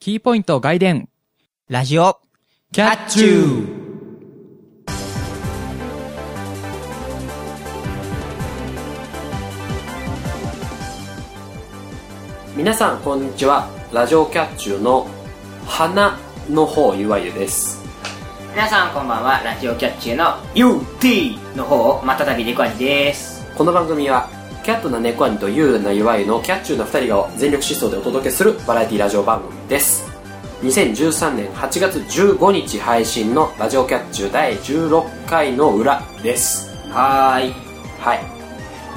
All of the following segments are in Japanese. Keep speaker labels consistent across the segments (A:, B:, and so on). A: キーポイント外伝、
B: ラジオ、
A: キ
B: ャッチュ
A: ー
C: 皆さんこんにちはラジオキャッチューの花の方ゆわゆです
B: 皆さんこんばんは、ラジオキャッチューの UT の方、またたびリコアニです。
C: この番組はキャットな猫兄とユーなゆわゆのキャッチューな2人が全力疾走でお届けするバラエティラジオ番組です2013年8月15日配信のラジオキャッチュー第16回の裏です
B: はーい。
C: はい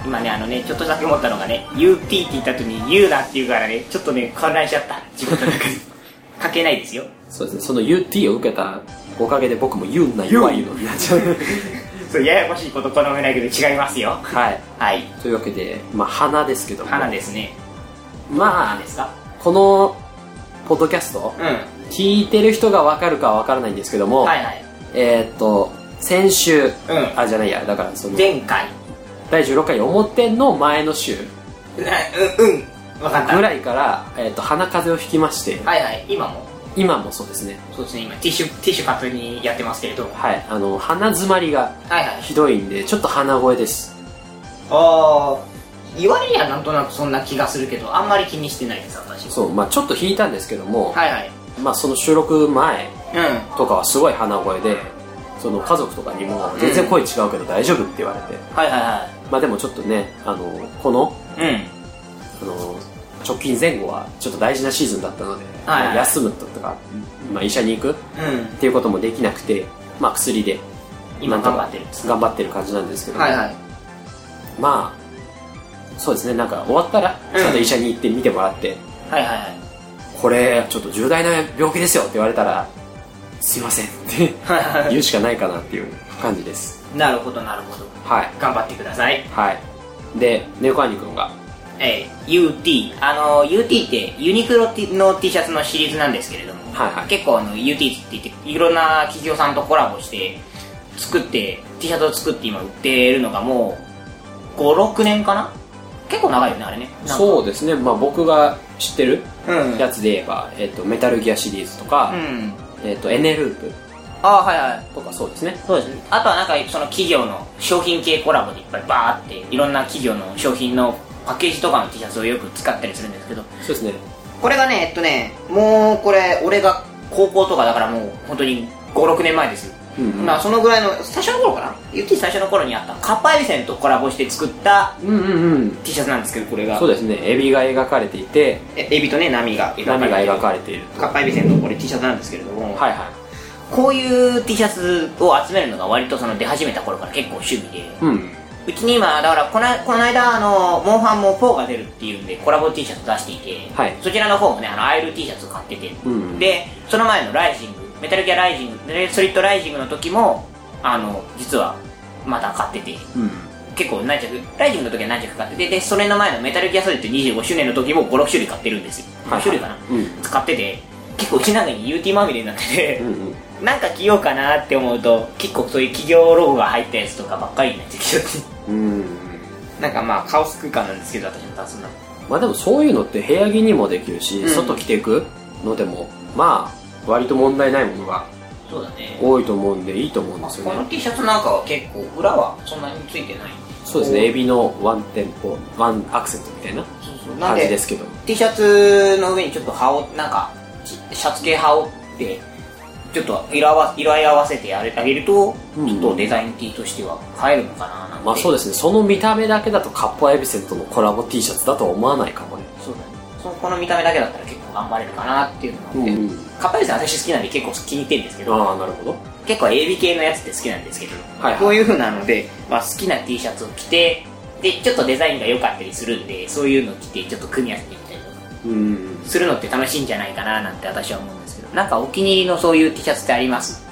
B: 今ね、あのね、ちょっとだけ思ったのがね、UT って言った後に U だって言うからね、ちょっとね、混乱しちゃった。自分の中で。 書けないですよ。
C: そうですねその UT を受けたおかげで僕もユーなゆわゆのになっちゃう
B: そう、ややこしいこと好めないけど違いますよ。
C: はい
B: はい。
C: というわけでまあ花ですけども
B: 花ですね。
C: まあ
B: 花ですか
C: このポッドキャスト
B: うん。は
C: 聞いてる人が分かるかは分からないんですけども、
B: いはい。
C: えーっと先週
B: う
C: あじゃないやだからそ
B: ん。
C: の
B: 前回。
C: 第16回表の前の週
B: うん、うん。わかった。はい
C: ぐらいから、えーっと鼻風邪をひきまして
B: はい。今も、
C: 今もそうですね
B: そうですね、今、ティッシュ、ティッシュカツにやってますけれど。はい
C: はいあの鼻詰まりが
B: はい。
C: ひどいんでちょっと鼻声です
B: ああ言われりゃなんとなくそんな気がするけどあんまり気にしてないです私
C: そうまあちょっとひいたんですけども、
B: はいはい
C: まあその収録前
B: うん
C: とかはすごい鼻声でその家族とかにも全然声違うけど大丈夫って言われて、
B: はいは
C: まあでもちょっとねあのこの
B: いはいうん
C: あの直近前後はちょっと大事なシーズンだったので、
B: はい
C: まあ休むとか、まあ、医者に行くっ
B: うん
C: ていうこともできなくて、まあ、薬で
B: 今
C: なんと
B: 頑張っ
C: か
B: てる
C: 頑張ってる感じなんですけど、
B: はい
C: まあそうですねなんか終わったら
B: うん
C: ちゃんと医者に行って見てもらって、
B: はいはいはい
C: これちょっと重大な病気ですよって言われたらすいませんって
B: はいは
C: 言うしかないかなっていう感じです
B: いなるほどなるほど
C: はい
B: 頑張ってください
C: はいで猫兄君が
B: えー、UT あの UT ってユニクロの T シャツのシリーズなんですけれども、
C: はいはい
B: 結構あの UT って言っていろんな企業さんとコラボして作って T シャツを作って今売ってるのがもう56年かな結構長いよねあれねなんか
C: そうですねまあ僕が知ってる
B: うん
C: やつで言えば、えっとメタルギアシリーズとか、
B: うん
C: えっとエネループ
B: あはいはい
C: とかそうですね
B: そうですねあとはなんかその企業の商品系コラボでいっぱいバーっていろんな企業の商品のパッケージとかの T シャツをよく使ったりするんですけど
C: そうですね
B: これがねえっとねもうこれ俺が高校とかだからもう本当に56年前ですよ、
C: うんうん
B: まあそのぐらいの最初の頃かなゆっきー最初の頃にあったカッパエビセンとコラボして作った
C: うんうんうん。
B: T シャツなんですけどこれが
C: そうですね、エビが描かれていて、
B: えエビとね波が描か
C: 波
B: れ
C: が
B: て
C: 描かれている。
B: カッパエビセンのこれ T シャツなんですけれども、
C: はいは
B: こういう T シャツを集めるのが割とその出始めた頃から結構趣味で、
C: い。うん。
B: うちに今、だからこの、この間、あの、モンハンも4が出るっていうんで、コラボ T シャツ出していて、
C: はい
B: そちらの方もね、あの、アイル T シャツ買ってて、
C: うん
B: で、その前のライジング、メタルギアライジング、レソリッドライジングの時も、あの、実は、まだ買ってて、
C: うん。
B: 結構何着、ライジングの時は何着買ってて、で、それの前のメタルギアソリッド25周年の時も5、6種類買ってるんですよ。
C: はいはい
B: 5種類かな、
C: うん
B: 使ってて、結構うちの中に UT まみれになってて、
C: うんうん。
B: なんか着ようかなって思うと、結構そういう企業ロゴが入ったやつとかばっかりになってきちゃって。
C: うん。
B: なんかまあカオス空間なんですけど私の出すな
C: まあでもそういうのって部屋着にもできるし、
B: うん
C: 外着ていくのでも、まあ、割と問題ないものが
B: そうだね
C: 多いと思うんで、いいと思うんです
B: こ
C: よ
B: の
C: ね。
B: T シャツなんかは結構裏はそんなについてない
C: そうですね、エビのワンテンポ、ワンアクセントみたいな
B: そうそうなん
C: 感じ
B: で
C: ですけど。
B: T シャツの上にちょっと羽織なんかシシャツ系羽織ってちょっと色合わ色合い合わせてやれてあげると、
C: うん
B: ちょっとデザイン T としては映えるのかななんて
C: まあそう
B: で
C: ですね、その見た目だけだとカッパエビセントのコラボ T シャツだとは思わないかもね。
B: すそうだねそこの見た目だけだったら結構頑張れるかなっていうのがあって、
C: うんうん
B: カッパエビさん私好きなんで結構気に入ってるんですけど
C: ああ、なるほど。
B: 結構 AB 系のやつって好きなんですけど、
C: はいはい
B: こういう風なので、まあ、好きな T シャツを着てでちょっとデザインが良かったりするんでそういうのを着てちょっと組み合わせてみたりとか
C: うん。
B: するのって楽しいんじゃないかななんて私は思うんですけどなんかお気に入りのそういう T シャツってあります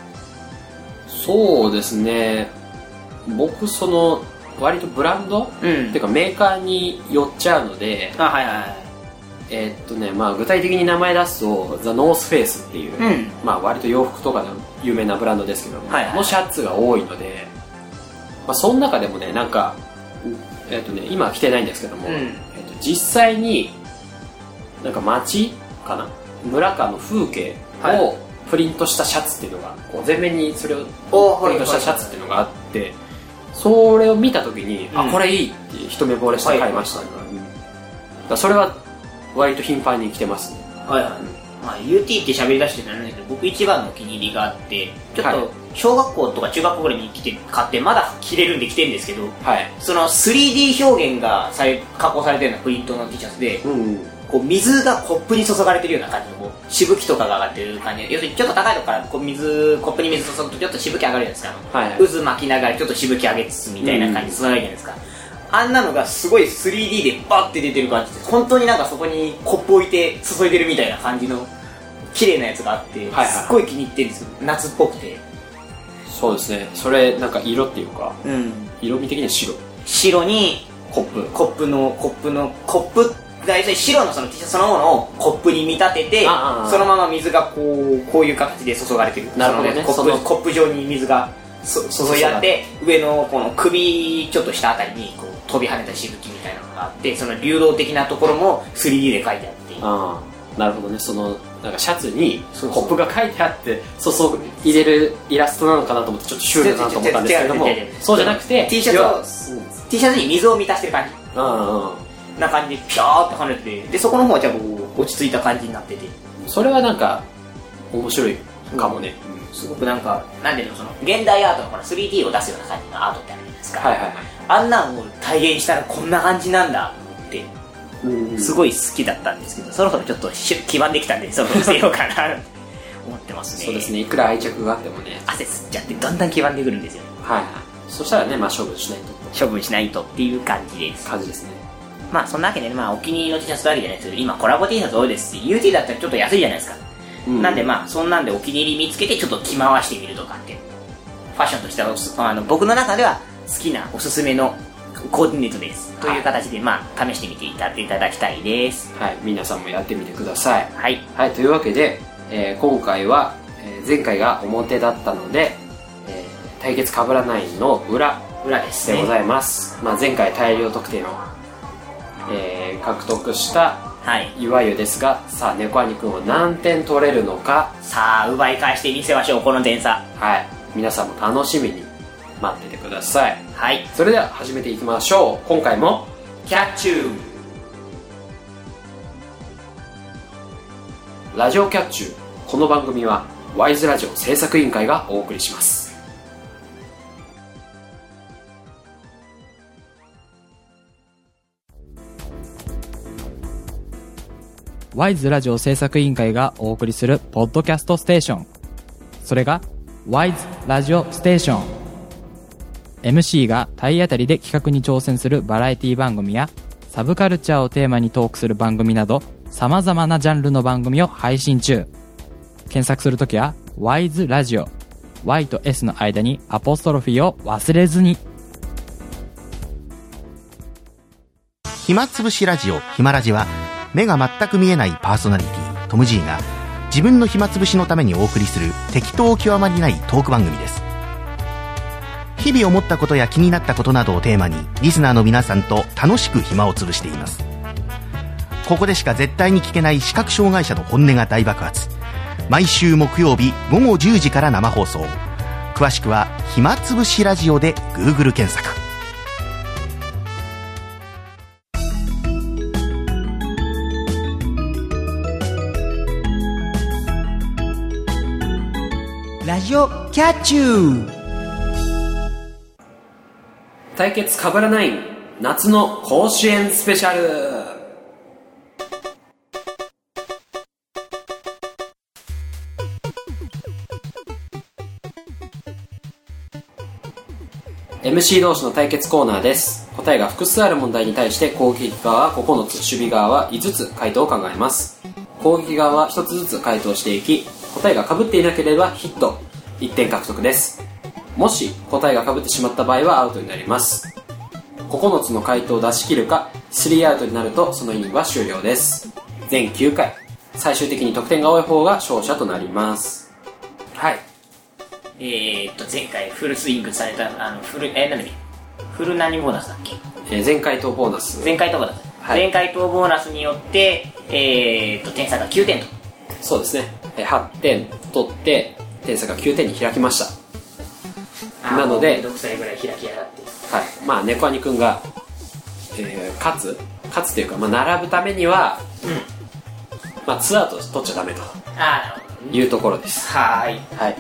C: そうですね僕その割とブラン
B: う
C: ド、
B: ん
C: っていうかメーカーによっちゃうので
B: あはいはい
C: えーっとねまあ具体的に名前出すとザ・ノースフェイスっていう、
B: うん
C: まあ割と洋服とかの有名なブランドですけども、
B: はいはい
C: のシャツが多いのでまあその中でもねなんかえーっとね今は着てないんですけども、
B: うん
C: えーっと実際になんか街かな村川の風景
B: は
C: を
B: い
C: プリントしたシャツっていうのがこう全面にそれを
B: おー
C: プ
B: はい
C: リントしたシャツっていうのがあってそれを見た時に、
B: うん
C: あこれいいって一目惚れして買いました、ね
B: は
C: うんだからそれは割と頻繁に着てますね
B: はいはい、まあ、UT って喋り出してないんだけど僕一番のお気に入りがあってちょっ
C: はい
B: と小学校とか中学校ぐらいに来て買ってまだ着れるんで着てんですけど
C: はい、
B: その 3D 表現がされ加工されてるようなプリントの T シャツで
C: うん、
B: こう水がコップに注がれてるような感じのこうしぶきとかが上がってる感じ要するにちょっと高いとこからこう水コップに水注ぐとちょっとしぶき上がるじゃないですか、
C: はいはい
B: 渦巻きながらちょっとしぶき上げつつみたいな感じで注がれるじゃないですか、あんなのがすごい 3D でバッて出てる感じで本当になんかそこにコップ置いて注いでるみたいな感じの綺麗なやつがあって、
C: はいはい
B: すっごい気に入ってるんですよ夏っぽくて
C: そうですねそれなんか色っていうか
B: うん
C: 色味的には白
B: 白に
C: コップ
B: コップのコップのコップ大体白のその T シャツそのものをコップに見立てて
C: ああ
B: そのまま水がこうこういう形で注がれてる
C: なるほどね
B: そのコッ
C: そ
B: プ
C: の
B: コップ状に水がそ注いであって上のこの首ちょっとしたあたりにこう飛び跳ねたしぶきみたいなのがあってその流動的なところも 3D で描いてあって
C: ああなるほどねそのなんかシャツに
B: そうそ
C: コ
B: う
C: ップが書いてあって注ぐ入れるイラストなのかなと思ってちょっとシュールだなと思ったんですけども
B: 違う違う違う違う違う
C: そうじゃなくて
B: T シャツを T シャツに水を満たしてる感じ
C: ツうんうん
B: な感じでピョーって跳ねててでそこの方はじゃあこう落ち着いた感じになってて
C: それはなんか面白いかもね、
B: すごくなんか、なんていうの、その、現代アートのこの 3D を出すような感じのアートってあるじゃないですか。
C: はいはいは
B: あんなんを体現したらこんな感じなんだって、
C: い、うん
B: すごい好きだったんですけど、そろそろちょっとし基盤できたんで、そろそろ捨てようかな、思ってますね。
C: そうですねいくら愛着があってもね
B: 汗吸っちゃって、だんだん基盤でくるんですよね。
C: はいはいそしたらねまあ勝負しないとって
B: 処分しないとっていう感じです。
C: 感じですね
B: まあ、そんなわけでね、まあ、お気に入りの T シャツとわけじゃないですけど、今コラボ T シャツ多いですし、UT だったらちょっと安いじゃないですか。
C: うん
B: なんでまあそんなんでお気に入り見つけてちょっと着回してみるとかってファッションとしてはおすあの僕の中では好きなおすすめのコーディネートです、
C: はい
B: という形でまあ試してみていたいただきたいです
C: はい皆さんもやってみてください
B: はい
C: はい、というわけで、えー今回は、えー前回が表だったので、えー対決かぶらないの裏
B: 裏です
C: で
B: ね
C: ございます、まあ、前回大量得点を、えー獲得した
B: はい
C: いわゆですがさあ猫兄くんは何点取れるのか
B: さあ奪い返してみせましょうこの点差
C: はい皆さんも楽しみに待っててください
B: はい
C: それでは始めていきましょう今回も
B: キャッチュー
C: ラジオキャッチューこの番組はワイズラジオ制作委員会がお送りします
A: ワイズラジオ制作委員会がお送りするポッドキャストステーション。それが、ワイズラジオステーション。MC が体当たりで企画に挑戦するバラエティ番組や、サブカルチャーをテーマにトークする番組など、様々なジャンルの番組を配信中。検索するときは、ワイズラジオ。Y と S の間にアポストロフィーを忘れずに。
D: 暇つぶしラジオ、暇ラジは、目が全く見えないパーソナリティ、トム・ジーが、自分の暇つぶしのためにお送りする、適当極まりないトーク番組です。日々思ったことや気になったことなどをテーマに、リスナーの皆さんと楽しく暇をつぶしています。ここでしか絶対に聞けない視覚障害者の本音が大爆発。毎週木曜日午後10時から生放送。詳しくは、暇つぶしラジオで Google 検索。
E: ラジオキャッチュー
C: 対決かぶらない夏の甲子園スペシャルMC 同士の対決コーナーです答えが複数ある問題に対して攻撃側は9つ守備側は5つ回答を考えます攻撃側は1つずつ回答していき答えが被っていなければヒット1点獲得ですもし答えが被ってしまった場合はアウトになります9つの回答を出し切るか3アウトになるとそのイニングは終了です全9回最終的に得点が多い方が勝者となりますはい
B: えー、っと前回フルスイングされたあのフルえー、なんだっけフル何ボーナスだっけ
C: えー前回答ボーナス
B: 前回答ボーナス、
C: はい
B: 前回答ボーナスによってえー、っと点差が9点と
C: そうですねえー8点取って点差が9点に開きました
B: あー
C: な
B: も
C: ので
B: うめんどくさいぐらい開きやがって
C: はい、まあ猫兄くんが、えー勝つ勝つというか、まあ、並ぶためには、まあ、ツアーと取っちゃダメと
B: ああなるほどね
C: いうところです
B: はーい
C: はい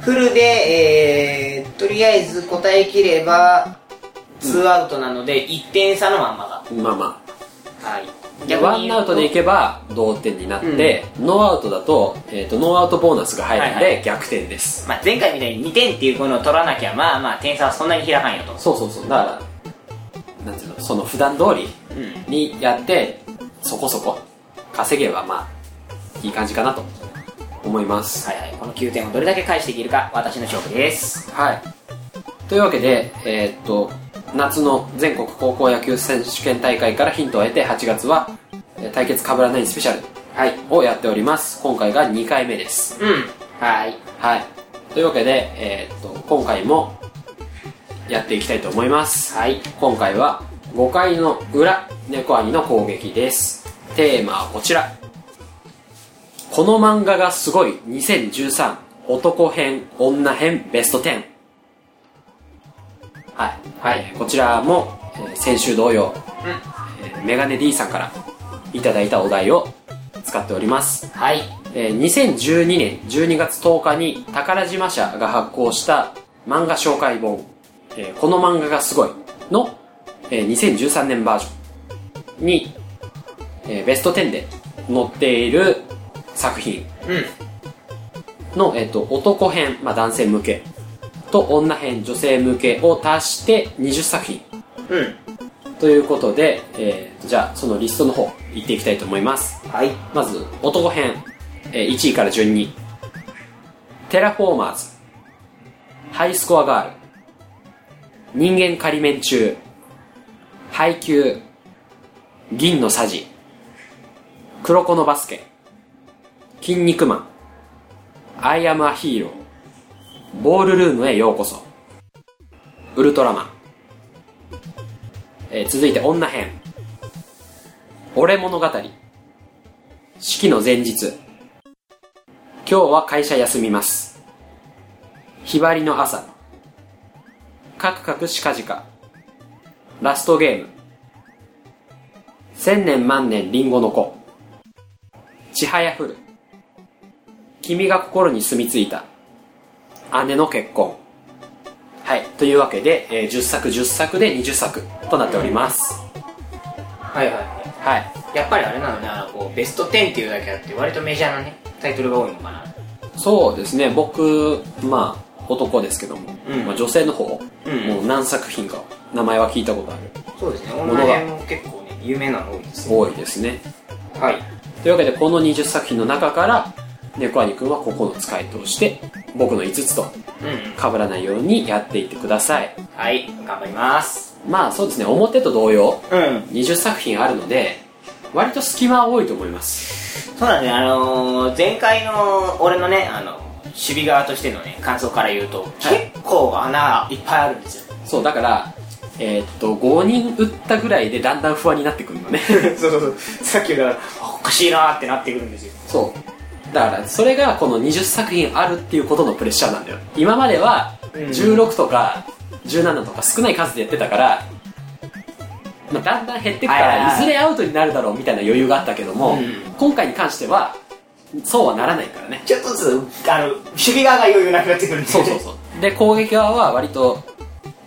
B: フルで、えー、とりあえず答えきればツーアウトなので1点差のまんま
C: まあまあ
B: がはい
C: でワンアウトでいけば同点になって、ノーアウトだと,、えー、とノーアウトボーナスが入るの
B: はい
C: で逆転です、
B: まあ、前回みたいに2点っていうものを取らなきゃまあまあ点差はそんなに開かんよと
C: そうそうそうだからなんていうのその普段通り
B: う
C: にやって、そこそこ稼げばまあいい感じかなと思います
B: はいはいこの9点をどれだけ返していけるか私の勝負です
C: はい。というわけで、えーっと、夏の全国高校野球選手権大会からヒントを得て、8月は、えー対決かぶらないスペシャル
B: はい
C: をやっております。今回が2回目です。
B: うんはい
C: はい。というわけで、えーっと、今回もやっていきたいと思います。
B: はい
C: 今回は5回の裏猫兄の攻撃ですテーマはこちらこの漫画がすごい2013男編女編ベスト10はい、はい、こちらも、えー先週同様、えーメガネ D さんからいただいたお題を使っております
B: はい
C: えー2012年12月10日に宝島社が発行した漫画紹介本「えーこの漫画がすごい」の、えー2013年バージョンに、えーベスト10で載っている作品の、えー、と男編、まあ、男性向けと女編女性向けを足して20作品
B: うん
C: ということで、えーじゃあそのリストの方いっていきたいと思います
B: うんはい
C: まず男編、えー1位から順にテラフォーマーズハイスコアガール人間仮面中配給銀のさじ黒子のバスケ筋肉マンアイアムアヒーローボールルームへようこそウルトラマン、えー続いて女編俺物語式の前日今日は会社休みますひばりの朝カクカクしかじかラストゲーム千年万年りんごの子ちはやふる君が心に住み着いた姉の結婚はいというわけで、えー10作10作で20作となっております
B: はいは
C: はい
B: いやっぱりあれなのねあのこうベスト10っていうだけあって割とメジャーなねタイトルが多いのかな
C: そうですね僕まあ男ですけども、
B: うん
C: まあ、女性の方、
B: うん
C: もう何作品か名前は聞いたことある
B: そうですね
C: のが
B: 女編も結構ね有名なの多いですね
C: 多いですね
B: はい
C: というわけでこの20作品の中から猫兄くんは9つ回答して僕の5つと
B: うんうん
C: 被らないようにやっていってください
B: はい頑張ります
C: まあそうですね表と同様
B: うん
C: 20作品あるので割と隙間は多いと思います
B: そうだね、あのー前回の俺のね、あの、守備側としてのね、感想から言うと、
C: い
B: 結構穴いっぱいあるんですよ。
C: そうだからえーっと5人打ったぐらいでだんだん不安になってくるのね
B: そうそうそう。さっきから、あおかしいなーってなってくるんですよ。
C: そうだからそれがこの20作品あるっていうことのプレッシャーなんだよ今までは16とか17とか少ない数でやってたから、まあ、だんだん減ってくか
B: はいはい
C: ら
B: はい
C: いずれアウトになるだろうみたいな余裕があったけども、
B: うん
C: 今回に関してはそうはならないからね
B: ちょっとずつ、あの、守備側が余裕なくなってくるんです
C: そ
B: よ
C: う
B: ね、
C: そうそう で攻撃側は割と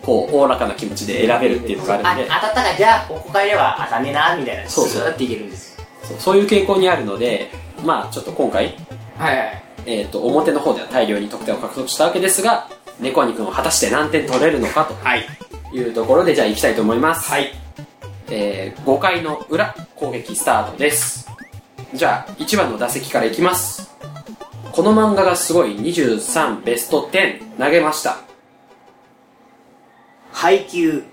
C: こうおおらかな気持ちで選べるっていうのがあ
B: あ
C: るんで
B: 当たったから、じゃあ、ここ帰れば当たんねえなーみたいな。
C: そうそう
B: スーっていけるんですよ。
C: そうそういう傾向にあるのでまあちょっと今回、
B: はいはい。
C: えー、と表の方では大量に得点を獲得したわけですが猫兄君は果たして何点取れるのかと
B: はい。
C: いうところでじゃあ行きたいと思います、
B: はい。
C: えー、5回の裏攻撃スタートですじゃあ1番の打席からいきますこの漫画がすごい23ベスト10投げました
B: 配球。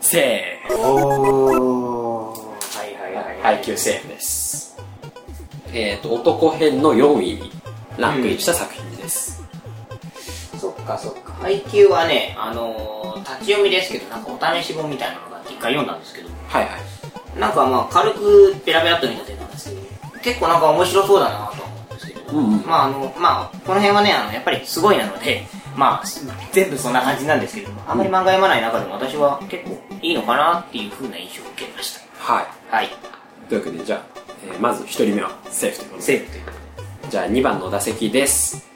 C: セー
B: おー。はいはいはい、
C: フ配球セーフですえっ、ー、と男編の4位にランクインした作品です、
B: そっかそっか配給はねあのー立ち読みですけどなんかお試し本みたいなのがあって一回読んだんですけど
C: はいはい
B: なんかまあ軽くペラペラっと見た程度なんですけど結構なんか面白そうだなと思うんですけど、
C: うんうん
B: まああのまあこの辺はねあのやっぱりすごいなのでまあ全部そんな感じなんですけどもあんまり漫画読まない中でも私は結構いいのかなっていうふうな印象を受けまし
C: はい
B: たはい
C: というわけでじゃあ、えーまず1人目はセーフということで
B: セーフということで
C: じゃあ2番の打席です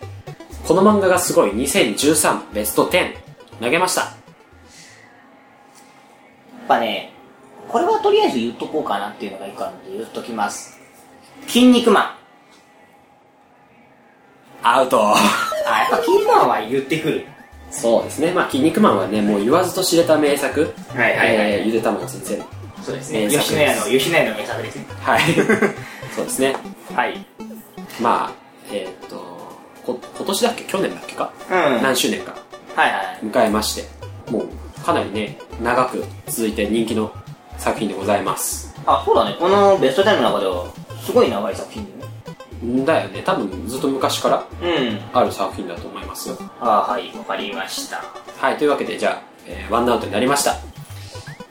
C: この漫画がすごい2013ベスト10投げました
B: やっぱねこれはとりあえず言っとこうかなっていうのがいいかなで言っときます筋肉マン
C: アウト
B: あやっぱ筋肉マンは言ってくる
C: そうですねまあ「筋肉マン」はねもう言わずと知れた名作
B: はいはいはい
C: えーゆでたまご先生
B: そうです
C: 名作です
B: 吉野家の吉野家の名作ですね
C: はい そうですね
B: はい
C: まあえーっとこ今年だっけ去年だっけか、
B: うんはい
C: 何周年か
B: はい
C: 迎えましてもうかなりね長く続いて人気の作品でございます
B: あそうだねこのベスト10の中ではすごい長い作品だね
C: んだよね多分ずっと昔から
B: うん
C: ある作品だと思いますよ
B: あはいわかりました
C: はいというわけでじゃあ、えーワンアウトになりました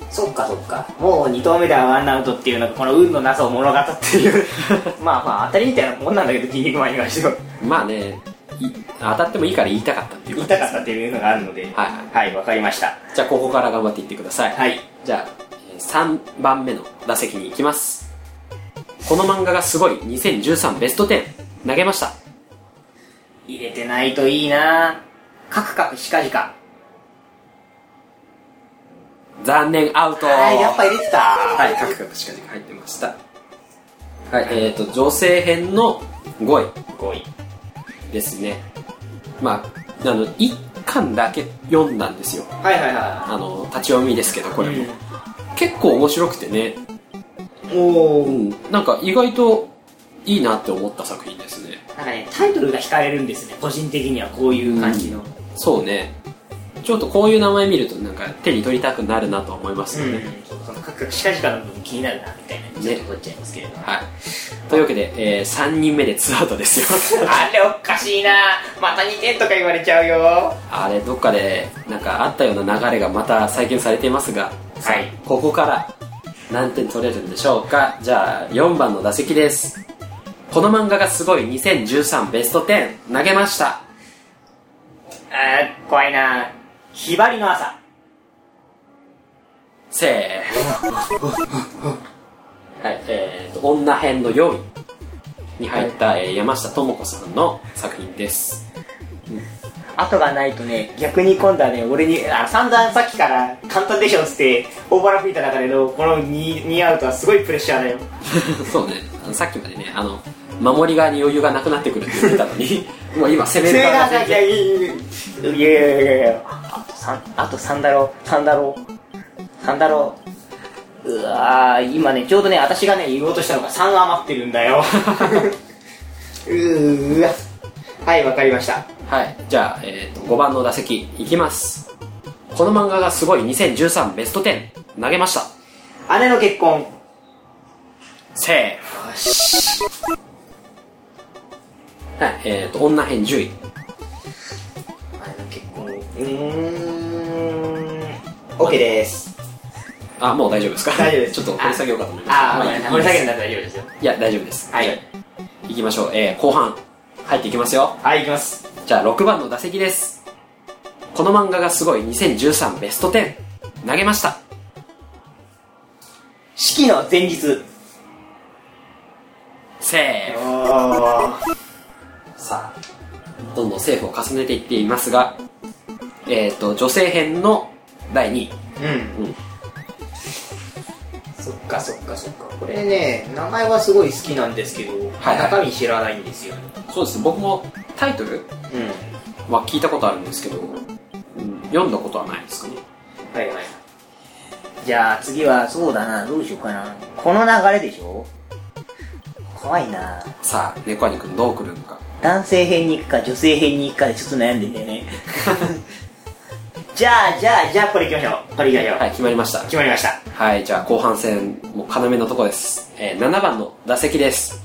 B: そっかそっかもう2投目ではワンアウトっていうのがこの運のなさを物語って いうまあまあ当たりみたいなもんなんだけど筋肉マンに関しては
C: まあねい当たってもいいから言いたかったっていう
B: 言いたかったっていうのがあるので
C: はいは
B: はいわかりました
C: じゃあここから頑張っていってください、
B: はい
C: じゃあえー3番目の打席に行きますこの漫画がすごい2013ベスト10投げました
B: 入れてないといいなカクカクシカジカ
C: 残念アウト
B: はいやっぱ入れてた
C: はい、カクカクしかじ入ってました。はい、えっ、と、女性編の5
B: 5位
C: 位ですね。まあ、あの、1巻だけ読んだんですよ。
B: はいはいは
C: あの、立ち読みですけど、これも。
B: うん
C: 結構面白くてね、
B: いお
C: う
B: お
C: ん、なんか意外といいなって思った作品ですね。
B: なんかねタイトルが惹かれるんですね個人的にはこういう感じの
C: そうね。ちょっとこういう名前見るとなんか手に取りたくなるなと思います
B: う
C: よ
B: ん、
C: ね。
B: そのカクカクシカジカの部分気になるなみたいな
C: ね
B: ちょっと取っちゃいますけれども、
C: はい。というわけで、え3人目でツーアウトです よ。
B: あれおかしいなまた2点とか言われちゃうよ
C: あれどっかでなんかあったような流れがまた再建されていますが、
B: はい
C: ここから何点取れるんでしょうかじゃあ4番の打席ですこの漫画がすごい2013ベスト10投げました
B: あー怖いなひばりの朝
C: せーのはいえー、と女編の4位に入った、えー山下智子さんの作品です
B: 後がないとね逆に今度はね俺にあ散々さっきから簡単でしょっつってオーバーラフィーた中でのこの 2, 2アウトはすごいプレッシャーだよ
C: そうね、あのさっきまでね、あの、守り側に余裕がなくなってくるって言ってたのに、 もう今攻める側が全
B: いや
C: 然。
B: いやいやいやいやあと3あと3だろ3だろ3だろうわー今ねちょうどね私がね言おうとしたのが3余ってるんだようーわはいわかりました
C: はい、じゃあ、えーと、5番の打席、いきます。この漫画がすごい2013ベスト10、投げました。
B: 姉の結婚
C: セーフ。はい、えーと、女編10位。
B: 姉の結婚うーん OK です
C: あ、もう大丈夫ですか
B: 大丈夫です
C: ちょっと掘り下げようかと思いました。
B: ああ
C: ま
B: ご
C: あ
B: めん
C: いい
B: なさい掘り下げるんだったら大丈夫ですよ
C: いや、大丈夫です。
B: はい
C: じゃあ。行きましょう。えー後半、入っていきますよ。
B: はい行きます
C: じゃあ6番の打席です。この漫画がすごい2013ベスト10投げました。
B: 式の前日
C: セーフ。
B: あ
C: さあ、どんどんセーフを重ねていっていますが、えっ、と、女性編の第2位。
B: あうん
C: うん。
B: そっかそっかそっかこれね名前はすごい好きなんですけど、
C: はい
B: 中身知らないんですよね
C: そうです。僕もタイトル
B: うん
C: は聞いたことあるんですけど、うん読んだことはないですかね。
B: はいはいじゃあ次はそうだなどうしようかなこの流れでしょ怖いな
C: さあ、猫兄くんどう来るのか。
B: 男性編に行くか女性編に行くかでちょっと悩んでんだよ ねじゃあじゃあじゃあこれ行きましょうこれ行きましょう、
C: はい、決まりました。
B: 決まりました
C: はい、じゃあ後半戦、もう要のとこです。えー7番の打席です。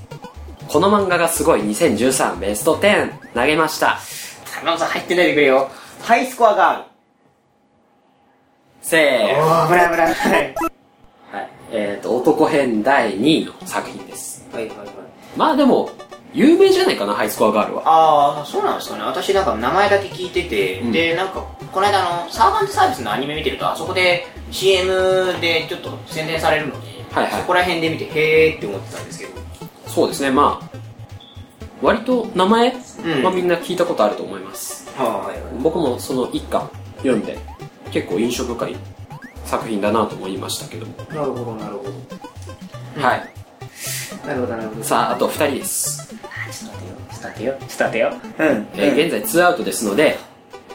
C: この漫画がすごい2013ベスト10投げました。
B: 頼むぞ入ってないでくれよハイスコアガ
C: せ
B: ール
C: ーの。
B: おおブラブラはい
C: はい。えっ、と、男編第2位の作品です。
B: はいはいはい
C: まあでも有名じゃないかなハイスコアガールは
B: ああそうなんですかね私なんか名前だけ聞いてて、
C: うん
B: でなんかこの間あのサーバントサービスのアニメ見てるとあそこで CM でちょっと宣伝されるので、
C: はいはい
B: そこら辺で見てへえって思ってたんですけど
C: そうですねまあ割と名前
B: うん
C: はみんな聞いたことあると思います、
B: はい
C: 僕もその一巻読んで結構印象深い作品だなと思いましたけども、
B: なるほどなるほ
C: はい
B: どなるほどなるほど
C: さああと2人です、
B: ちょっと待てよちょっと待てよちょっと待てよ
C: えー現在2アウトですので、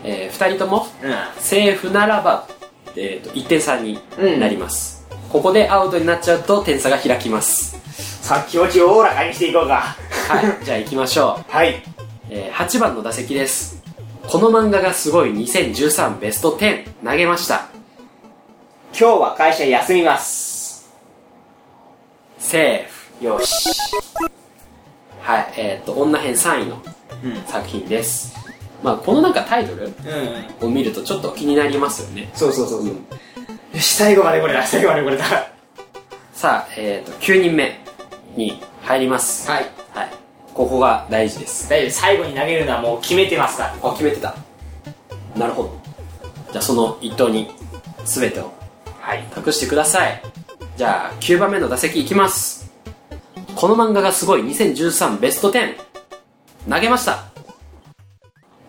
C: え2人とも
B: うんうん
C: セーフならば、えー、と1点差になります、ここでアウトになっちゃうと点差が開きます
B: さあ気持ちをおおらかにしていこうか
C: はい じゃあ行きましょう
B: はい
C: えー8番の打席ですこの漫画がすごい2013ベスト10投げました
B: 今日は会社休みます
C: セーフ
B: よし
C: はいえっ、と女編3位の
B: うん
C: 作品ですまあこのなんかタイトル
B: うん
C: を見るとちょっと気になりますよね
B: そうそうそうそう、
C: うん
B: よし最後までこれだ最後までこれだ
C: さあえっ、と9人目に入ります
B: はい
C: はいここが大事です
B: 大丈夫最後に投げるのはもう決めてますから
C: あ決めてたなるほどじゃあその一投に全てを
B: はい
C: 託してくださいじゃあ9番目の打席いきますこの漫画がすごい2013ベスト10投げました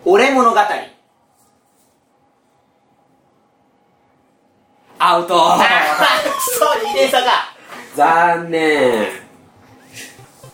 B: 俺物語
C: アウト
B: そう2点差か
C: 残念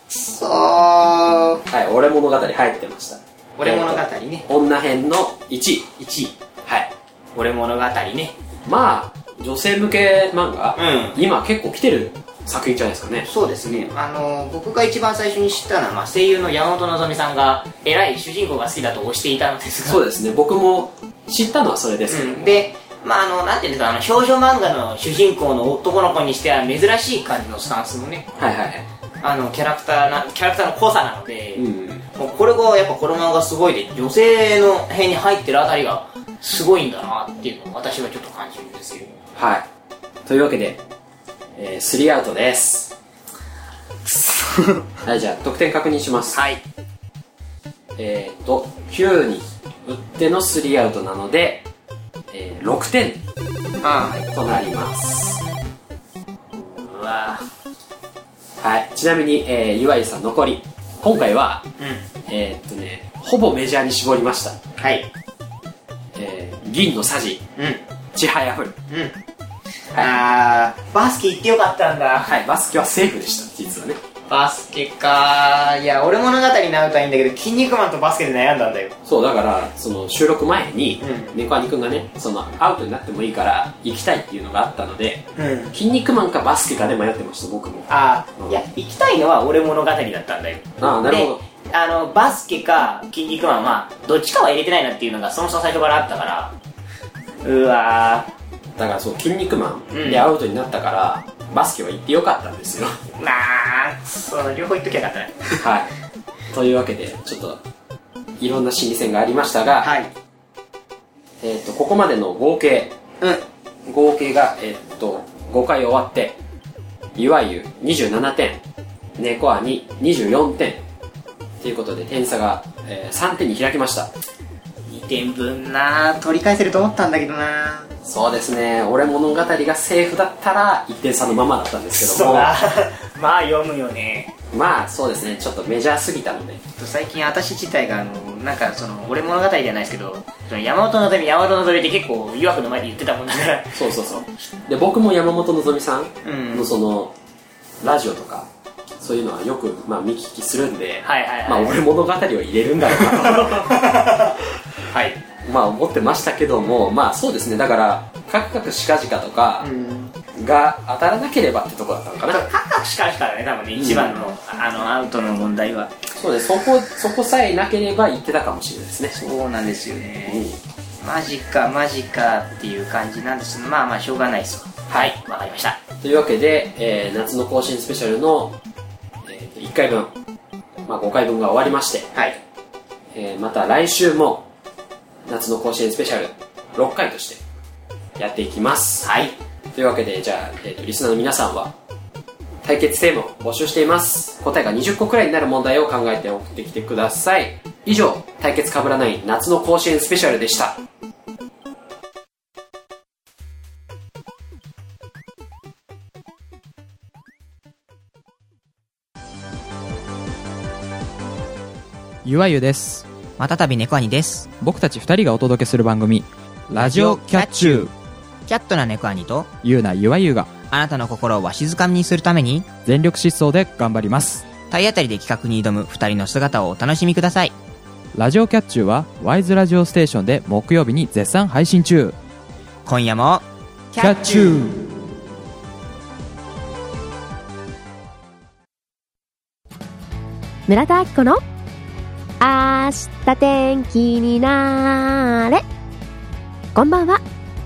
B: そうー
C: はい俺物語入ってました
B: 俺物語ね
C: 女編の1位
B: 1位
C: はい
B: 俺物語ね
C: まあ女性向け漫画、
B: う
C: 今結構来てる作品じゃないですかね
B: そうですねあの僕が一番最初に知ったのは、まあ、声優の山本希さんが偉い主人公が好きだと推していたのですが
C: そうですね僕も知ったのはそれですけども、
B: うん、でまああのなんていうんですかあの少女漫画の主人公の男の子にしては珍しい感じのスタンスのね
C: はいはいはい
B: あのキャラクターなキャラクターの濃さなので、
C: うん
B: もうこれがやっぱこの漫画すごいで女性の辺に入ってるあたりがすごいんだなっていうのを私はちょっと感じるんですよ
C: はい。というわけで、えー、3アウトです。 はい、じゃあ、得点確認します。
B: はい
C: えっ、ー、と、9に打っての3アウトなので、えー、6点
B: は
C: となります。
B: うわ
C: はい。ちなみに、えー、岩井さん残り。今回は、
B: うん
C: えー、っとね、ほぼメジャーに絞りました。
B: はい
C: えー、銀のさじ、
B: うん
C: ちはやふる。
B: うんあーバスケ行ってよかったんだ
C: はい、バスケはセーフでした、実はね。
B: バスケかいや俺物語になるとはいいんだけど「筋肉マン」とバスケで悩んだんだよ
C: そうだからその収録前に
B: うん
C: 猫兄くんがねそのアウトになってもいいから行きたいっていうのがあったので
B: うん
C: 「筋肉マン」かバスケかで迷ってました僕も
B: あ
C: う
B: あ
C: ん
B: いや行きたいのは俺物語だったんだよ
C: ああなるほど
B: であのバスケか「筋肉マン」はどっちかは入れてないなっていうのがそもそも最初からあったからうわー
C: だからそう「筋肉マ
B: う
C: ン」
B: ん
C: でアウトになったからバスケは行ってよかったんです よ
B: まあその両方言っときゃよかったね
C: はいというわけでちょっといろんな心理戦がありましたが、
B: い
C: えー、とここまでの合計
B: うん
C: 合計が、えー、と5回終わっていわゆる27点猫兄24点ということで点差が、えー3点に開きました
B: 2点分な取り返せると思ったんだけどな
C: そうですね俺物語がセーフだったら1点差のままだったんですけ ど
B: そう
C: も
B: だまあ読むよね
C: まあそうですねちょっとメジャーすぎたので
B: 最近私自体があのなんかその俺物語じゃないですけどその山本のぞみ山本のぞみって結構誘惑の前で言ってたもんだから
C: そうそうそうで僕も山本希さん
B: う
C: の
B: ん
C: その、ラジオとかそういうのはよく、まあ、見聞きするんで、
B: はいはいはい
C: まあ、俺物語を入れるんだろうなと
B: はい
C: まあ思ってましたけどもまあそうですねだからカクカクシカジカとか
B: うん
C: が当たらなければってとこだったのかな、
B: カクカクしかしからね多分ね一番の、あのアウトの問題は
C: そうですそこそこさえなければ言ってたかもしれないですね、
B: そうなんですよ
C: うん
B: ね、マジかマジかっていう感じなんですまあまあしょうがないですわはいわかりました
C: というわけで、えー夏の更新スペシャルの、えーと1回分、まあ、5回分が終わりまして、
B: はい
C: えーまた来週も夏の甲子園スペシャル6回としてやっていきます
B: はい
C: というわけでじゃあ、えーとリスナーの皆さんは対決テーマを募集しています答えが20個くらいになる問題を考えて送ってきてください以上対決かぶらない夏の甲子園スペシャルでした
A: ゆわゆです
E: またたび猫兄です。
A: 僕たち2人がお届けする番組「ラジオキャッチュー
E: キャットな猫兄と、」
A: ゆうなゆわゆが
E: あなたの心をわしづかみにするために、
A: 全力疾走で頑張ります
E: 体当たりで企画に挑む二人の姿をお楽しみください。
A: ラジオキャッチューはワイズラジオステーションで木曜日に絶賛配信中
E: 今夜も、
A: キャッチュー
F: 村田明子の明日天気になーれこんばんは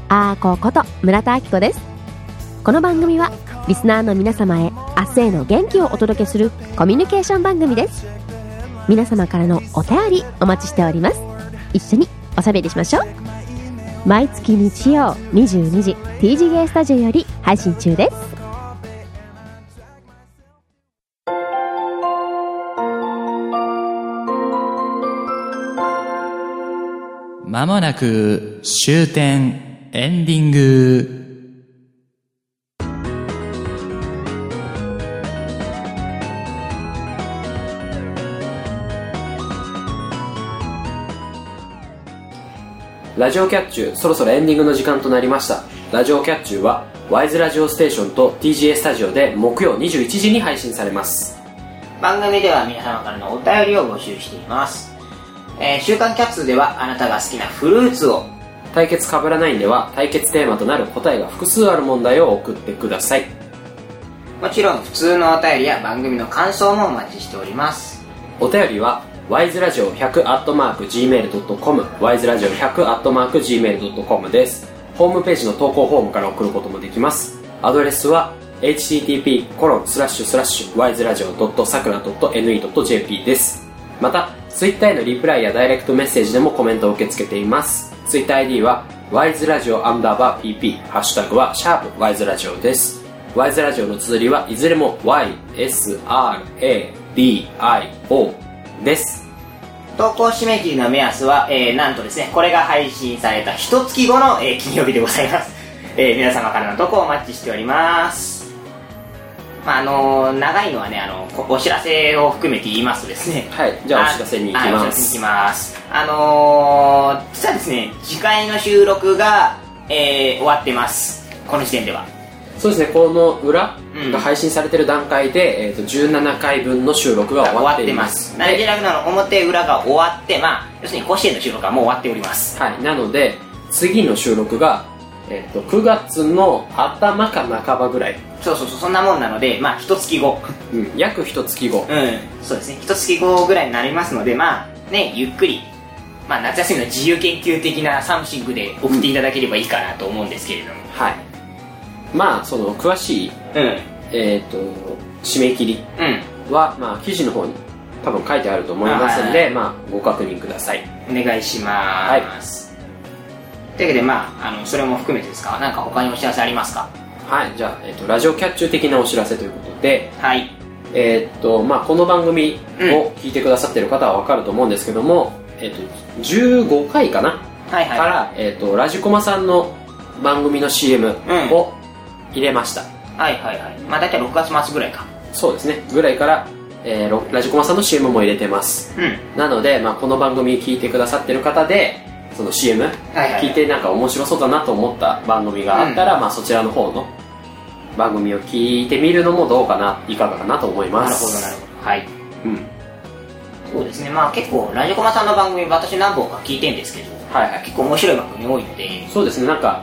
F: あーここと村田明子ですこの番組はリスナーの皆様へ明日への元気をお届けするコミュニケーション番組です皆様からのお便りお待ちしております一緒におしゃべりしましょう毎月日曜22時 TGA スタジオより配信中です
A: まもなく終点エンディング
C: ラジオキャッチューそろそろエンディングの時間となりましたラジオキャッチューはワイズラジオステーションと TGA スタジオで木曜21時に配信されます
B: 番組では皆様からのお便りを募集しています、えー週刊キャッツではあなたが好きなフルーツを
C: 対決かぶらないんでは対決テーマとなる答えが複数ある問題を送ってください
B: もちろん普通のお便りや番組の感想もお待ちしております
C: お便りは wiseradio100-gmail.com wiseradio100-gmail.com ですホームページの投稿フォームから送ることもできますアドレスは http://wiseradio.sakura.ne.jp ですまた Twitter へのリプライやダイレクトメッセージでもコメントを受け付けています TwitterID は wiseradio__pp ハッシュタグはシャープ wiseradio ですワイズラジオの綴りはいずれも YSRADIO です。
B: 投稿締め切りの目安は、えーなんとですねこれが配信された一月後の、えー金曜日でございます、 えー皆様からの投稿をお待ちしておりますまああのー長いのはねあのこお知らせを含めて言いますとですね
C: はい、じゃあお知らせに行き
B: はいお知
C: ま
B: らせに行
C: す。
B: きますあのー、実はですね次回の収録が、えー終わってますこの時点では
C: そうですね、この裏
B: うん
C: が配信されてる段階で、えー、と17回分の収録が終
B: 終
C: わ
B: わ
C: っ
B: ってて
C: いま。
B: ますすなので楽なの表裏が終わってまあ要するに甲子園の収録はもう終わっております
C: はい、なので、次の収録が、えー、と9月の頭か半ばぐらい、
B: そうそうそうそんなもんなのでまあ一月後
C: うん、約一月後、
B: うんそうですね一月後ぐらいになりますのでまあねゆっくりまあ夏休みの自由研究的なサムシングで送っていただければいいかなと思うんですけれども
C: はい。まあ、その詳しい、
B: うん
C: えー、と締め切り
B: う
C: は、まあ、記事の方に多分書いてあると思いますん
B: は
C: で、
B: い
C: まあ、ご確認ください
B: んお願いします、というわけでまああのそれも含めてですかなんか他にお知らせありますか
C: はいじゃあ、えっとラジオキャッチュー的なお知らせということで、
B: はい
C: えっとまあ、この番組を聞いてくださってる方は分かると思うんですけども、えっと15回かな、
B: はいはい
C: から、えっとラジコマさんの番組の CM
B: ん
C: を入れました、
B: はいはいはいまあ大体6月末ぐらいか
C: そうですねぐらいから、えーろラジコマさんの CM も入れてます
B: うん
C: なので、まあ、この番組聞いてくださってる方でその CM
B: はいはい
C: 聞いてなんか面白そうだなと思った番組があったら、まあ、そちらの方の番組を聞いてみるのもどうかないかがかなと思いま
B: なるほ
C: す
B: どなるほどはい
C: うん
B: そうですねまあ結構ラジコマさんの番組私何本か聞いてんですけど
C: はいはい
B: 結構面白い番組多いので
C: そうですねなんか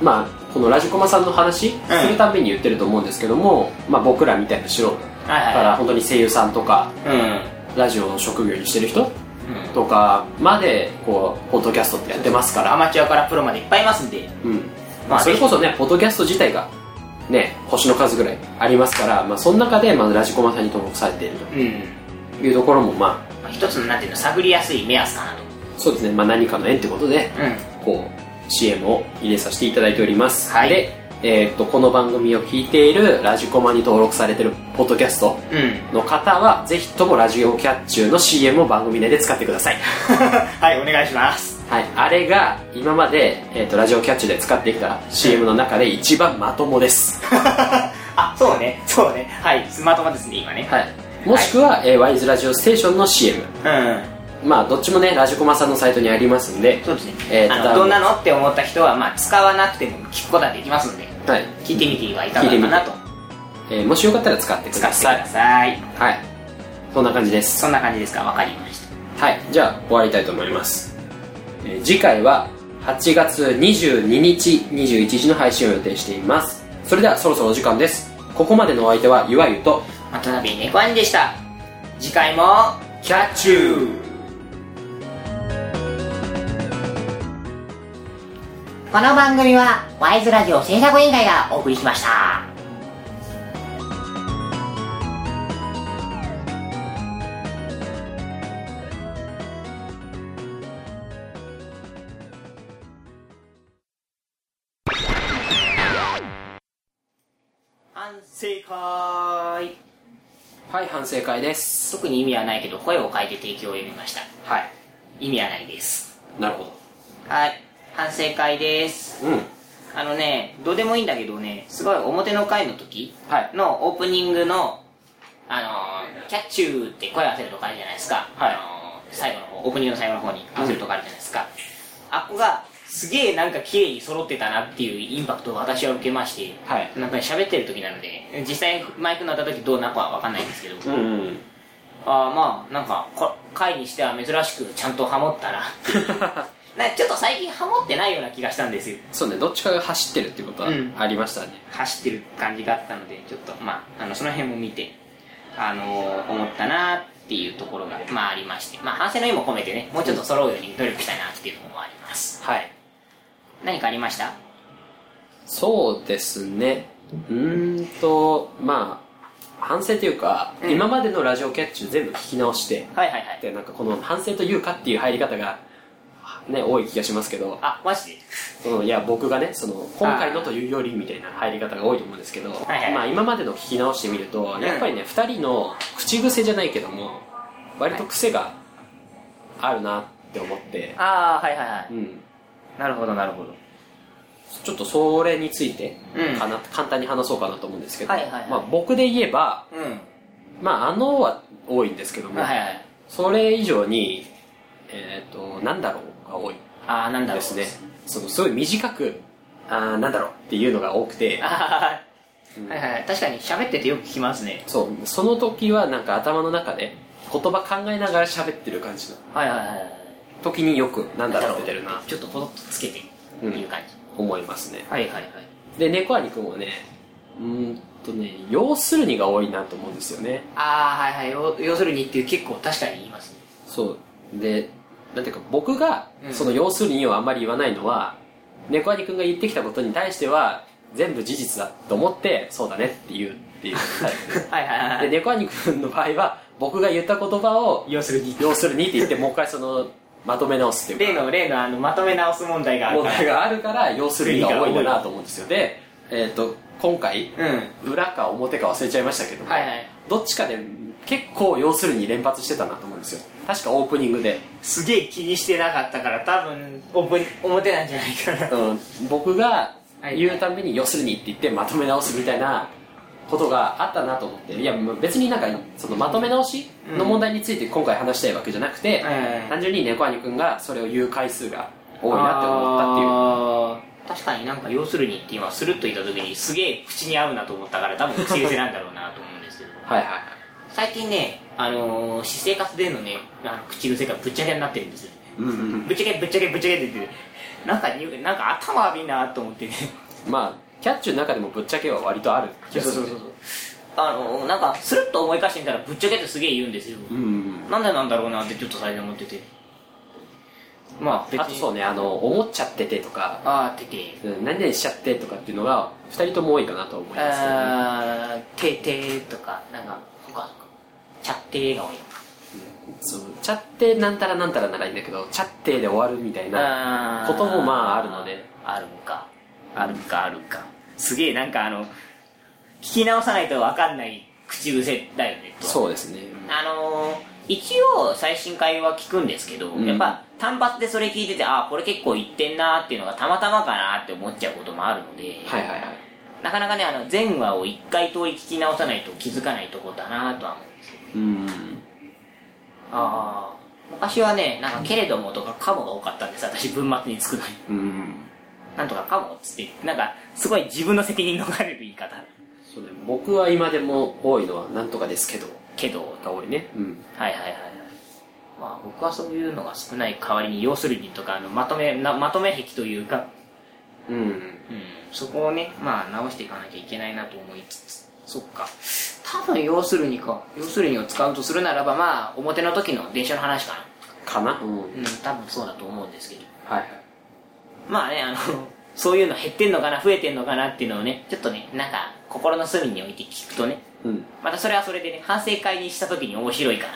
C: まあこのラジコマさんの話す
B: うん
C: るたびに言ってると思うんですけども、まあ、僕らみたいな素人
B: はい
C: だから本当に声優さんとか
B: いはい
C: ラジオの職業にしてる人
B: うん、うん、
C: とかまでこうポッドキャストってやってますか
B: ア
C: ら、
B: マチュアからプロまでいっぱいいますんで
C: うん
B: まあ
C: それこそねポッドキャスト自体がね星の数ぐらいありますから、まあ、その中で、まあ、ラジコマさんに登録されている
B: うん、
C: というところもまあ
B: まあ、一つのなんていうの探りやすい目安かなと
C: そうですね、まあ、何かの縁ってことで
B: うん
C: こう CM を入れさせていただいております、
B: はい
C: で、えーっとこの番組を聞いているラジコマに登録されてるポッドキャスト
B: うん。
C: の方はぜひともラジオキャッチューの CM を番組内で使ってください、
B: はい、お願いします。
C: はい、あれが今まで、えーっとラジオキャッチューで使ってきた CM の中で一番まともです、
B: あ、そうね、そうね。はい、スマートフォンですね、今ね。
C: はい、もしくは、えーワイズラジオステーションの CM
B: うん。
C: まあどっちもねラジコマさんのサイトにありますんで
B: そうですね。
C: えー
B: あの、どんなのって思った人は、まあ、使わなくても聞くことはできますので、
C: はい、
B: 聞いてみてはいかがかなと。
C: えーもしよかったら使ってく
B: 使
C: だ
B: ってく
C: さ
B: だ
C: い
B: さい。
C: はいそんな感じです
B: そんな感じですか、わかりました。
C: はい、じゃあ終わりたいと思います。えー次回は8月22日、21時の配信を予定しています。それではそろそろお時間です。ここまでのお相手は、ゆわゆと、
B: 渡辺猫兄でした。次回も、
C: キャッチュー
G: この番組はワイズラジオ制作委員会がお送りしました。
B: 反省会。
C: はい、反省会です。
B: 特に意味はないけど、声を変えて提供を読みました。
C: はい。
B: 意味はないです。
C: なるほ
B: はい。反省会です。
C: ど。うん。
B: あのね、どうでもいいんだけどね、すごい表の回の時
C: はい。
B: のオープニングの、あのー、キャッチューって声合わせるとこあるじゃないですか。
C: はい
B: あのー最後の方、オープニングの最後の方に合わせるとこあるじゃないですか。あっこが、すげえなんか綺麗に揃ってたなっていうインパクトを私は受けまして、
C: はい。
B: なんか喋ってる時なので、実際マイク鳴った時どうなのかはわかんないんですけど、
C: うんうん。
B: ああまあなんかこ回にしては珍しくちゃんとハモったな なんかちょっと最近ハモってないような気がしたんですよ
C: そうね、どっちかが走ってるってことは
B: うん
C: ありましたね。
B: 走ってる感じがあったのでちょっとまああのその辺も見てあのー思ったなっていうところがまあありましてまあ反省の意も込めてねもうちょっと揃うように努力したいなっていうのもあります
C: はい。
B: 何かありました
C: そうですね。うーんと、まあ、反省というか、
B: うん
C: 今までのラジオキャッチュー全部聞き直して、
B: はいはいはい
C: でなんかこの反省というかっていう入り方が、ね、多い気がしますけど、
B: あマジで
C: うんいや、僕がね、その、今回のというよりみたいな入り方が多いと思うんですけど、
B: いはい
C: まあ今までの聞き直してみると、
B: ん
C: やっぱりね、二人の口癖じゃないけども、割と癖があるなって思って、
B: ああはいはいは
C: うん。
B: いなるほどなるほど
C: ちょっとそれについて、
B: うん
C: かな、簡単に話そうかなと思うんですけど、
B: はいはいはい
C: まあ僕で言えば、
B: うん
C: まああのは多いんですけども、
B: はいはい
C: それ以上に、えっ、と、なんだろうが多い。
B: ああなんだろう
C: ですねそのすごい短くあーなんだろうっていうのが多くて
B: ああはいはいはい確かに喋っててよく聞きますね
C: そうその時はなんか頭の中で言葉考えながら喋ってる感じの
B: はいはいはいはい
C: 時によくなんだろうって出るな
B: ちょっとポロッとつけてっていう感じ、
C: 思いますね
B: はいはいはい
C: で猫兄くんはねうーんとね要するにが多いなと思うんですよね
B: ああはいはいよ要するにっていう結構確かに言いますね
C: そうでなんていうか僕が
B: うん
C: その要するにをあんまり言わないのは、猫兄くんが言ってきたことに対しては全部事実だと思ってそうだねって言うっていうタイプで
B: はいはいは
C: で、猫兄くんの場合は、僕が言った言葉を、
B: 要するに
C: 要するにって言って、もう一回その、まとめ直すってい
B: 例
C: うか、
B: の例のあのまとめ直す問題がある
C: 問
B: か
C: 題
B: ら
C: があるから、要するにが多いんだなと思うんですよ。で、えっ、と、今回、
B: うん
C: 裏か表か忘れちゃいましたけども、
B: はいはい
C: どっちかで結構要するに連発してたなと思うんですよ。確かオープニングで、
B: すげえ気にしてなかったから多分オープン表なんじゃないかな
C: うん、僕が
B: はい
C: 言うために要するにって言ってまとめ直すみたいなことがあったなと思って、いや、まあ別になんか、そのまとめ直しの問題について今回話したいわけじゃなくて、
B: うん
C: 単純に猫兄くんがそれを言う回数が多いなって思ったっ
B: ってい
C: ていう。
B: う確かになんか要するにって今スルッと言った時にすげえ口に合うなと思ったから多分口癖なんだろうなと思うんですけど
C: はいはい。
B: 最近ねあのー、私生活でのねあの口癖がぶっちゃけになってるんですよ
C: うんうん、
B: ぶっちゃけぶっちゃけぶっちゃけって言ってなんかになんか頭悪いなと思ってね
C: まあ、キャッチューの中でもぶっちゃけは割とある気がする。
B: あのなんかスルッと思い返してみたらぶっちゃけってすげえ言うんですよ、
C: うんうん
B: なんでなんだろうなってちょっと最初思っててまあ
C: うん。
B: 別
C: あと
B: に
C: そうね、あの、思っちゃっててとか、
B: あーてて
C: うん何々しちゃってとかっていうのが、二人とも多いかなと思いますけどね、
B: あーててとかなんか他ちゃってが多い
C: そう、チャッテなんたらなんたらならいいんだけど、チャッテで終わるみたい
B: あ
C: な
B: ー
C: こともまああるので、
B: あるんかあるんかあるんかすげえなんかあの、聞き直さないとわかんない口癖だよね、と。
C: そうですね。
B: あのー一応最新回は聞くんですけど、
C: うん
B: やっぱ単発でそれ聞いてて、ああ、これ結構言ってんなーっていうのがたまたまかなーって思っちゃうこともあるので、
C: はいはいはい。
B: なかなかね、あの、前話を一回通り聞き直さないと気づかないとこだなーとは思うんですよ。
C: うん。
B: ああ。昔はね、なんか、けれどもとか、かもが多かったんです、私、文末につくのに。
C: うん。
B: なんとかかもっつって、なんか、すごい自分の責任逃れる言い方。
C: そうね。僕は今でも多いのはなんとかですけど、
B: けど、
C: が多いね。うん。
B: はいはいはいはい。まあ僕はそういうのが少ない代わりに、要するにとか、あの、まとめ、なまとめ癖というか、
C: うん。
B: うん、そこをね、まあ直していかなきゃいけないなと思いつつ、そっか。多分要するにか、要するにを使うとするならば、まあ表の時の電車の話かな。
C: かなうん。はい
B: うん、多分そうだと思うんですけど。
C: はい。
B: まあね、あの、そういうの減ってんのかな、増えてんのかなっていうのをね、ちょっとね、なんか、心の隅に置いて聞くとね、
C: うん。
B: またそれはそれでね、反省会にした時に面白いかな、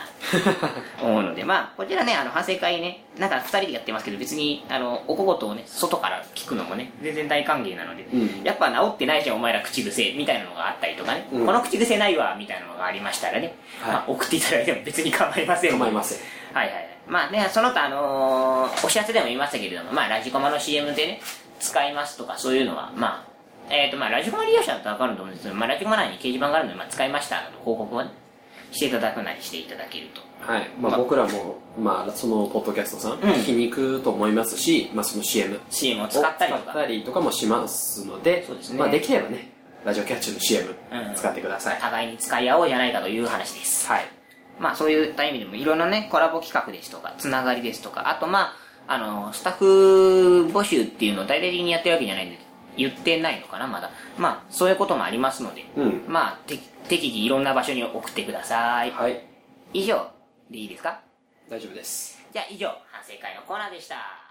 B: 思うので、まあ、こちらね、あの、反省会ね、なんか二人でやってますけど、別に、あの、お小言をね、外から聞くのもね、全然大歓迎なので、
C: うん
B: やっぱ治ってないじゃん、お前ら口癖、みたいなのがあったりとかね、
C: うん
B: この口癖ないわ、みたいなのがありましたらね、
C: はい
B: まあ、送っていただいても別に構いませんので
C: 構いません。
B: はいはいはい。まあね、その他、あのーお知らせでも言いましたけれども、まあ、ラジコマの CM でね、使いますとか、そういうのは、まあ、えっ、と、まあ、ラジコマ利用者だとわかると思うんですけど、まあ、ラジコマ内に掲示板があるので、まあ、使いましたの報告をね、していただくなりしていただけると。
C: はい。ま
B: ま
C: あ
B: あ
C: 僕らも、まあそのポッドキャストさん、
B: ん
C: 聞きに行くと思いますし、まあその CM。
B: CM を使ったりと
C: 使っ
B: か
C: た、りとかもしますので、
B: そうですね
C: まあできればね、ラジオキャッチュの CM
B: うん
C: 使ってください。
B: 互いに使い合おうじゃないかという話です。
C: はい。
B: まあそういった意味でもいろんなね、コラボ企画ですとか、つながりですとか、あとまあ、あの、スタッフ募集っていうのを大々的にやってるわけじゃないんで、言ってないのかな、まだ。まあ、そういうこともありますので、
C: うん
B: まあ、て適宜いろんな場所に送ってください。
C: はい。
B: 以上でいいですか
C: 大丈夫です。
B: じゃあ以上、反省会のコーナーでした。